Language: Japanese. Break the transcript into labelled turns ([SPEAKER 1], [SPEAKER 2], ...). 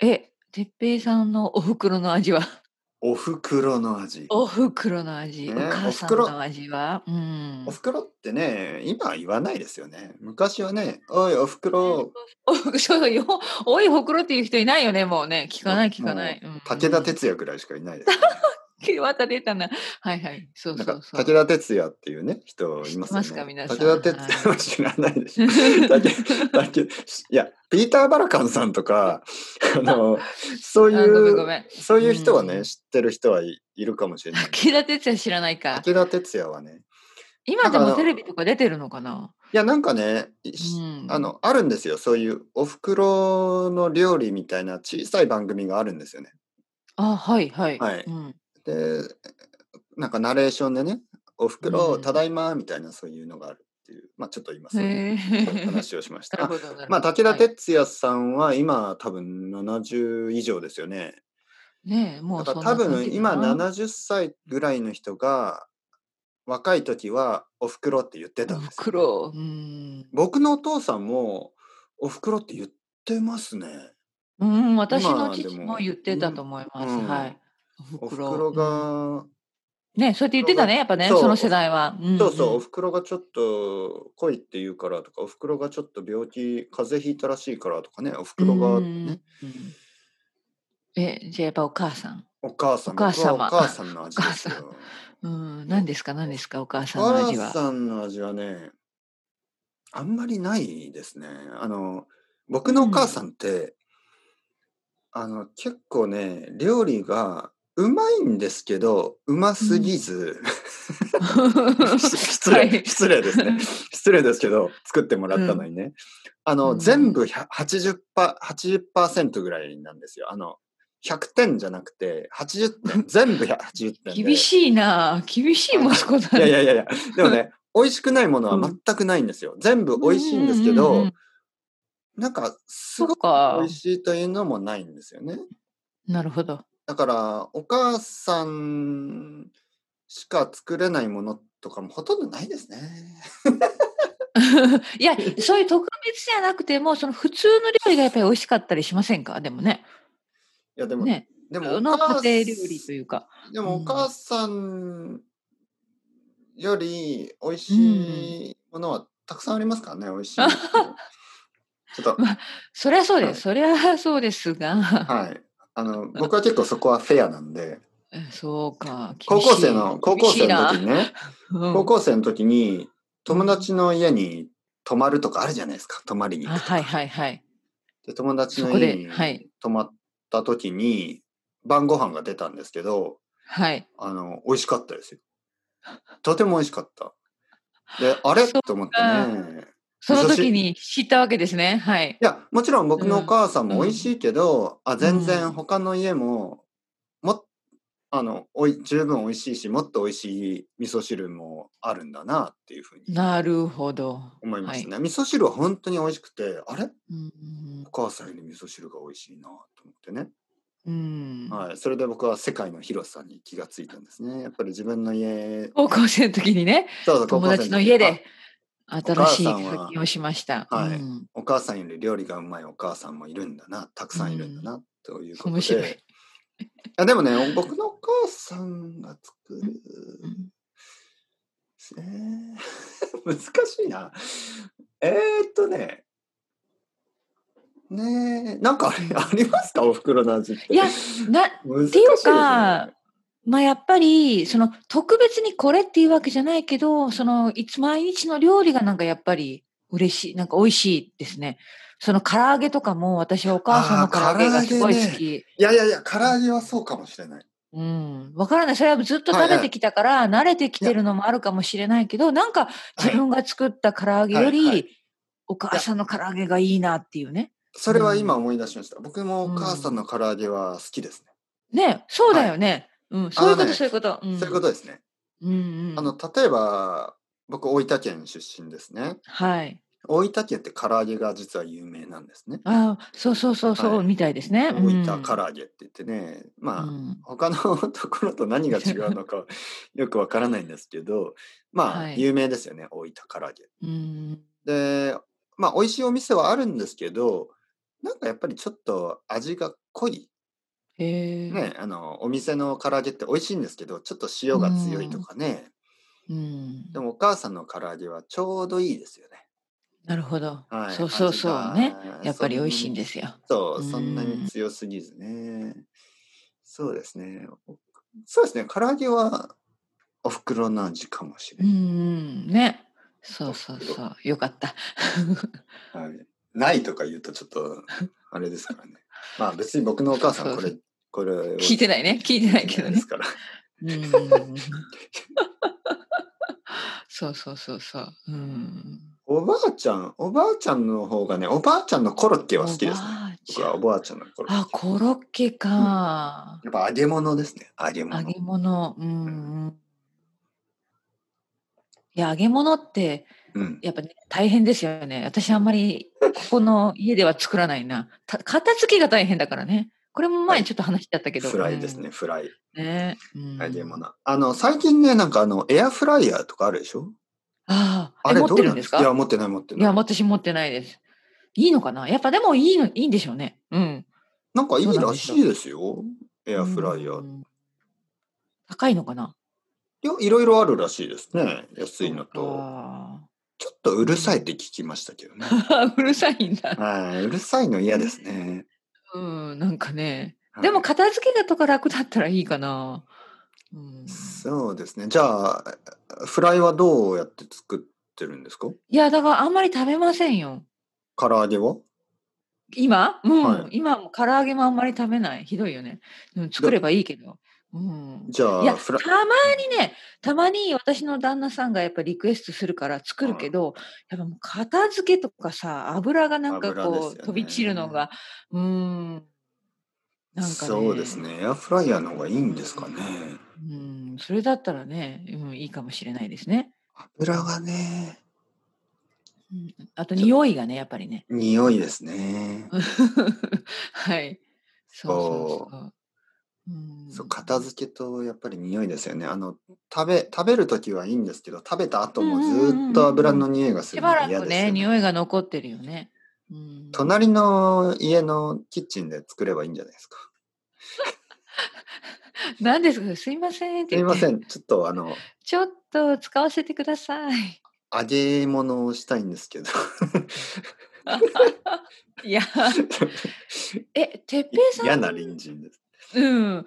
[SPEAKER 1] え、哲平さんのお袋の 味は
[SPEAKER 2] お袋の味。
[SPEAKER 1] お袋の味、
[SPEAKER 2] ね
[SPEAKER 1] お母さん
[SPEAKER 2] お袋
[SPEAKER 1] の味はうん
[SPEAKER 2] お。袋ってね、今は言わないですよね。昔はね、おい、お袋、
[SPEAKER 1] おそうよおいほくろっていう人いないよねもうね聞かない聞かない。うん
[SPEAKER 2] 武田鉄矢ぐらいしかいないです、ね。
[SPEAKER 1] また出たな。はいはい。そう
[SPEAKER 2] なん
[SPEAKER 1] そ
[SPEAKER 2] か
[SPEAKER 1] うそう。
[SPEAKER 2] 武田鉄矢っていうね人い
[SPEAKER 1] 知っ
[SPEAKER 2] ますよね。
[SPEAKER 1] てますか皆さん
[SPEAKER 2] 武田鉄矢は知らないでしょ。だけだけいやピーター・バラカンさんとかあのそうい
[SPEAKER 1] あごめんご
[SPEAKER 2] う
[SPEAKER 1] めん。
[SPEAKER 2] そういう人はね、
[SPEAKER 1] うん
[SPEAKER 2] 知ってる人はい、いるかもしれない。
[SPEAKER 1] 武田鉄矢知らないか。
[SPEAKER 2] 武田鉄矢はね
[SPEAKER 1] 今で
[SPEAKER 2] だか
[SPEAKER 1] も
[SPEAKER 2] ら
[SPEAKER 1] テレビとか出てるのかな。
[SPEAKER 2] いやなんかね、いし
[SPEAKER 1] うん
[SPEAKER 2] あのあるんですよそういうおふくろの料理みたいな小さい番組があるんですよね。
[SPEAKER 1] あはいはい。
[SPEAKER 2] はい
[SPEAKER 1] うん
[SPEAKER 2] でなんかナレーションでね「おふくろ、
[SPEAKER 1] うん
[SPEAKER 2] ただいま」みたいなそういうのがあるっていうまあちょっと今そういう
[SPEAKER 1] へえ。
[SPEAKER 2] 話をしまし
[SPEAKER 1] なる
[SPEAKER 2] た。
[SPEAKER 1] ほどなるほど。
[SPEAKER 2] まあ、武田
[SPEAKER 1] はい
[SPEAKER 2] 鉄矢さんは今多分70以上ですよね。
[SPEAKER 1] ねえも
[SPEAKER 2] だ
[SPEAKER 1] う
[SPEAKER 2] か
[SPEAKER 1] そ
[SPEAKER 2] ら
[SPEAKER 1] んな
[SPEAKER 2] 多
[SPEAKER 1] 感
[SPEAKER 2] 分
[SPEAKER 1] じ
[SPEAKER 2] 今
[SPEAKER 1] かな
[SPEAKER 2] 70歳ぐらいの人が若い時は「おふくろ」って言ってた
[SPEAKER 1] お
[SPEAKER 2] んですよ
[SPEAKER 1] ふくろうん。
[SPEAKER 2] 僕のお父さんも「おふくろ」って言ってますね。
[SPEAKER 1] うん私
[SPEAKER 2] 今
[SPEAKER 1] の
[SPEAKER 2] でも
[SPEAKER 1] 父も言ってたと思います。
[SPEAKER 2] うん
[SPEAKER 1] はい。
[SPEAKER 2] お
[SPEAKER 1] おふく
[SPEAKER 2] ふく
[SPEAKER 1] ろ
[SPEAKER 2] ろ
[SPEAKER 1] うん
[SPEAKER 2] が、
[SPEAKER 1] ねそうやって言ってたねやっぱね
[SPEAKER 2] そう
[SPEAKER 1] その世代は。ん
[SPEAKER 2] そうそう、お
[SPEAKER 1] ん
[SPEAKER 2] ふくろがちょっと濃いって言うからとか、おふくろがちょっと病気、風邪ひいたらしいからとかね、おふくろが、
[SPEAKER 1] うん
[SPEAKER 2] ね、
[SPEAKER 1] うんえじゃあやっぱお母さん。
[SPEAKER 2] お母さん、
[SPEAKER 1] お母様
[SPEAKER 2] 僕はお母さんの味ですよ。
[SPEAKER 1] うん何ですか何ですかお母さん
[SPEAKER 2] お
[SPEAKER 1] の味
[SPEAKER 2] 母
[SPEAKER 1] は。
[SPEAKER 2] さんの味はね、あんまりないですね。あの、僕のお母さんって、あの、結構ね、料理がうまいんですけど、うますぎず、失
[SPEAKER 1] はい
[SPEAKER 2] 礼、失礼ですね。失礼ですけど、作ってもらったのにね。あの、
[SPEAKER 1] うん
[SPEAKER 2] 全部100 80%パ、80%ぐらいなんですよ。あの、100点じゃなくて、80点、 全部180点 で。
[SPEAKER 1] 厳
[SPEAKER 2] い。
[SPEAKER 1] しいな厳しい息子だ
[SPEAKER 2] いやい
[SPEAKER 1] ね。
[SPEAKER 2] やいやいや、で もね、美味しくないものは全くないんですよ。全部美味しいんですけど、
[SPEAKER 1] うんうんうん
[SPEAKER 2] なんか、すご
[SPEAKER 1] そっ
[SPEAKER 2] く
[SPEAKER 1] か
[SPEAKER 2] 美味しいというのもないんですよね。
[SPEAKER 1] なるほど。
[SPEAKER 2] だから、お母さんしか作れないものとかもほとんどないですね。
[SPEAKER 1] いやそういう特別じゃなくてもその普通の料理がやっぱり美味しかったりしませんかでもね。
[SPEAKER 2] いや、でも、
[SPEAKER 1] ね
[SPEAKER 2] でも
[SPEAKER 1] 普通
[SPEAKER 2] お
[SPEAKER 1] の
[SPEAKER 2] 母さん、
[SPEAKER 1] 家庭料理というか。
[SPEAKER 2] でも
[SPEAKER 1] うん
[SPEAKER 2] お母さんより美味しいものはたくさんありますからね、美味しい。 ちょっと、
[SPEAKER 1] そりゃそうで
[SPEAKER 2] はい
[SPEAKER 1] す、そりゃそうですが、
[SPEAKER 2] はい。あの、僕は結構そこはフェアなんで、
[SPEAKER 1] えそうか
[SPEAKER 2] 高校生の、高校生の時
[SPEAKER 1] 時
[SPEAKER 2] にね、高校生の時に友達の家に泊まるとかあるじゃないですか、泊まりに行
[SPEAKER 1] あ
[SPEAKER 2] くと
[SPEAKER 1] はい
[SPEAKER 2] か。
[SPEAKER 1] はいはい
[SPEAKER 2] で、友達
[SPEAKER 1] そ
[SPEAKER 2] の
[SPEAKER 1] こ
[SPEAKER 2] 家
[SPEAKER 1] で
[SPEAKER 2] に
[SPEAKER 1] はい
[SPEAKER 2] 泊まった時に、晩ご飯が出たんですけど、
[SPEAKER 1] はい
[SPEAKER 2] あの、美味しかったですよ。とても美味しかった。 で、あれ
[SPEAKER 1] そっか
[SPEAKER 2] と思ってね。
[SPEAKER 1] その時に知ったわけですねはい
[SPEAKER 2] いや、もちろん僕のお母さんも美味しいけど、あ、全
[SPEAKER 1] うん
[SPEAKER 2] 然他の家も、も、あの、おい、十分美味しいし、もっと美味しい味噌汁もあるんだなっていうふうに
[SPEAKER 1] なるほど
[SPEAKER 2] 思いましたね。味噌汁は本当に美味しくて、あれ
[SPEAKER 1] うん
[SPEAKER 2] お母さんより味噌汁が美味しいなと思ってね。
[SPEAKER 1] うん、
[SPEAKER 2] はい。それで僕は世界の広さに気がついたんですね。やっぱり自分の家、
[SPEAKER 1] 高校生の時にね
[SPEAKER 2] そうそう
[SPEAKER 1] 友達の家。
[SPEAKER 2] 高校生時
[SPEAKER 1] で新しい
[SPEAKER 2] お母さんは
[SPEAKER 1] 発見をしました、
[SPEAKER 2] はい
[SPEAKER 1] うん
[SPEAKER 2] お母さんより料理がうまいお母さんもいるんだな、たくさんいるんだな、ということ
[SPEAKER 1] 面白い
[SPEAKER 2] で。あでもね、僕のお母さんが作る、
[SPEAKER 1] うん
[SPEAKER 2] えー 難しいな。えー、っとね、ねえ、なんかあれ ありますかお袋の味って。
[SPEAKER 1] いやな
[SPEAKER 2] 難し
[SPEAKER 1] っていう
[SPEAKER 2] ですね
[SPEAKER 1] かまあやっぱりその特別にこれっていうわけじゃないけどそのいつ毎日の料理がなんかやっぱり嬉しいなんか美味しいですねその唐揚げとかも私はお母さんの唐揚げがすごい好き、
[SPEAKER 2] いやいやいや、唐揚げはそうかもしれない。
[SPEAKER 1] うんわからないそれはずっと食べてきたから慣れてきてるのもあるかもしれないけどなんか自分が作った唐揚げよ
[SPEAKER 2] はいは
[SPEAKER 1] り
[SPEAKER 2] い
[SPEAKER 1] お母さんの唐揚げがいいなっていうね
[SPEAKER 2] それは今思い出しました。僕もお母さんの唐揚げは好きですね。
[SPEAKER 1] ねそうだよね、うんそういうこ
[SPEAKER 2] あ
[SPEAKER 1] と
[SPEAKER 2] のね
[SPEAKER 1] そういうこと、うん、
[SPEAKER 2] そういうことですね。
[SPEAKER 1] うんうん
[SPEAKER 2] あの、例えば、僕、大分県出身ですね。
[SPEAKER 1] はい
[SPEAKER 2] 大分県って唐揚げが実は有名なんですね。
[SPEAKER 1] ああ、そうそうそうそう、
[SPEAKER 2] はい
[SPEAKER 1] みたいですね。
[SPEAKER 2] 大
[SPEAKER 1] うん
[SPEAKER 2] 分唐揚げって言ってね、まあ、
[SPEAKER 1] うん
[SPEAKER 2] 他のところと何が違うのかよくわからないんですけ ど、ま
[SPEAKER 1] は
[SPEAKER 2] あ、
[SPEAKER 1] い
[SPEAKER 2] 有名ですよね、大分唐揚げ。
[SPEAKER 1] うん、
[SPEAKER 2] で、まあ、美味しいお店はあるんですけど、なんかやっぱりちょっと味が濃い。
[SPEAKER 1] へえ。
[SPEAKER 2] ね、あの、お店の唐揚げって美味しいんですけど、ちょっと塩が強いとかね。
[SPEAKER 1] うん
[SPEAKER 2] で。もお母さんの唐揚げはちょうどいいですよね。
[SPEAKER 1] なるほど。
[SPEAKER 2] はい。
[SPEAKER 1] そうそうそうね。
[SPEAKER 2] 味が
[SPEAKER 1] やっぱり美味しいん
[SPEAKER 2] そん
[SPEAKER 1] で
[SPEAKER 2] なに
[SPEAKER 1] すよ。
[SPEAKER 2] そう、
[SPEAKER 1] うん
[SPEAKER 2] そんなに強すぎずね。そうですね。そうですね。唐揚げはお袋の味かもし
[SPEAKER 1] う
[SPEAKER 2] れ
[SPEAKER 1] ん
[SPEAKER 2] な
[SPEAKER 1] う
[SPEAKER 2] い。
[SPEAKER 1] ん。ね。そうそうそう。よかった。
[SPEAKER 2] はい、ないとか言うとちょ っと、あれですからね。まあ別に僕のお母さんこれ、これを
[SPEAKER 1] 聞いてないね。聞いてないけど
[SPEAKER 2] で
[SPEAKER 1] ね
[SPEAKER 2] す。から。
[SPEAKER 1] うん。 そうそうそうそう。うん。
[SPEAKER 2] おばあちゃん、おばあちゃんの方がね、おばあちゃんのコロッケは好きですね。僕はお
[SPEAKER 1] おばあち
[SPEAKER 2] ばあちゃんのコロ
[SPEAKER 1] ゃんあ、
[SPEAKER 2] ッケ。
[SPEAKER 1] コロッケか。
[SPEAKER 2] やっぱ揚げ物ですね。揚げ物。
[SPEAKER 1] 揚げ物。うんうん。いや、揚げ物って、
[SPEAKER 2] うん。
[SPEAKER 1] やっぱ、ね、大変ですよね。私あんまりここの家では作らないな。た片付けが大変だからね。これも前にちょっと話しちゃったけど。
[SPEAKER 2] フライですね、フライ。
[SPEAKER 1] うん。ね。うん
[SPEAKER 2] 揚げ物。あの、最近ね、なんかあの、エアフライヤーとかあるでしょ
[SPEAKER 1] ああ、あ
[SPEAKER 2] あ
[SPEAKER 1] れ
[SPEAKER 2] れ
[SPEAKER 1] 持
[SPEAKER 2] ど
[SPEAKER 1] っ
[SPEAKER 2] う
[SPEAKER 1] てる
[SPEAKER 2] なん
[SPEAKER 1] ん
[SPEAKER 2] で
[SPEAKER 1] ですす
[SPEAKER 2] か
[SPEAKER 1] か
[SPEAKER 2] いや、持ってない持って
[SPEAKER 1] いや、
[SPEAKER 2] ない。
[SPEAKER 1] 私持ってないです。いいのかなやっぱでもいいの、いいんでしょうね。うん。
[SPEAKER 2] なんかいい
[SPEAKER 1] そうなん
[SPEAKER 2] ら
[SPEAKER 1] です
[SPEAKER 2] し
[SPEAKER 1] よ
[SPEAKER 2] いですよ。エ
[SPEAKER 1] エ
[SPEAKER 2] アフライヤー。
[SPEAKER 1] 高いのかない
[SPEAKER 2] や、いろいろあるらしいですね。安いのと。
[SPEAKER 1] あ
[SPEAKER 2] ちょっとうるさいって聞きました けどね。
[SPEAKER 1] ーうるさいんだ。
[SPEAKER 2] はい、うるさいの嫌ですね。
[SPEAKER 1] うん、なんかね。
[SPEAKER 2] はい
[SPEAKER 1] でも片付けがとか楽だったらいいかな。うん、
[SPEAKER 2] そうですね。じゃあ、フライはどうやって作ってるんですか
[SPEAKER 1] いや、だからあんまり食べませんよ。
[SPEAKER 2] 唐揚げは
[SPEAKER 1] 今うん、
[SPEAKER 2] はい
[SPEAKER 1] 今も唐揚げもあんまり食べない。ひどいよね。うん、作ればいいけど。うん。
[SPEAKER 2] じゃ
[SPEAKER 1] いや、
[SPEAKER 2] あ、
[SPEAKER 1] た
[SPEAKER 2] フ
[SPEAKER 1] ま
[SPEAKER 2] ラ
[SPEAKER 1] にね、たまに私の旦那さんがやっぱリクエストするから作るけど、やっぱもう片付けとかさ、油がなんか
[SPEAKER 2] 油ですよ
[SPEAKER 1] こう、
[SPEAKER 2] ね
[SPEAKER 1] 飛び散るのが、うーん。なんかね、
[SPEAKER 2] そうです。ね。エアフライヤーの方がいいんですかね。
[SPEAKER 1] うん、それだったらね、うん、いいかもしれないですね。
[SPEAKER 2] 油がね、
[SPEAKER 1] うん、あと匂いがね、やっぱりね。
[SPEAKER 2] 匂いですね。
[SPEAKER 1] はい。そうそうそう。うん、
[SPEAKER 2] そう片付けとやっぱり匂いですよね。あの食べ食べる時はいいんですけど、食べた後もずっと油の匂いがす
[SPEAKER 1] し
[SPEAKER 2] るの
[SPEAKER 1] ば
[SPEAKER 2] が
[SPEAKER 1] ら
[SPEAKER 2] 嫌
[SPEAKER 1] く
[SPEAKER 2] ですよ
[SPEAKER 1] ね、
[SPEAKER 2] ね。
[SPEAKER 1] 匂いが残ってるよね。うん、
[SPEAKER 2] 隣の家のキッチンで作ればいいんじゃないですか。
[SPEAKER 1] 何ですかすいませんって
[SPEAKER 2] すい
[SPEAKER 1] 言っ
[SPEAKER 2] ま
[SPEAKER 1] て
[SPEAKER 2] せん。ちょっとあの
[SPEAKER 1] ちょっと使わせてください。
[SPEAKER 2] 揚げ物をしたいんですけど。
[SPEAKER 1] いや、え、てっぺいさ
[SPEAKER 2] 嫌
[SPEAKER 1] ん、
[SPEAKER 2] な隣人です。
[SPEAKER 1] うん、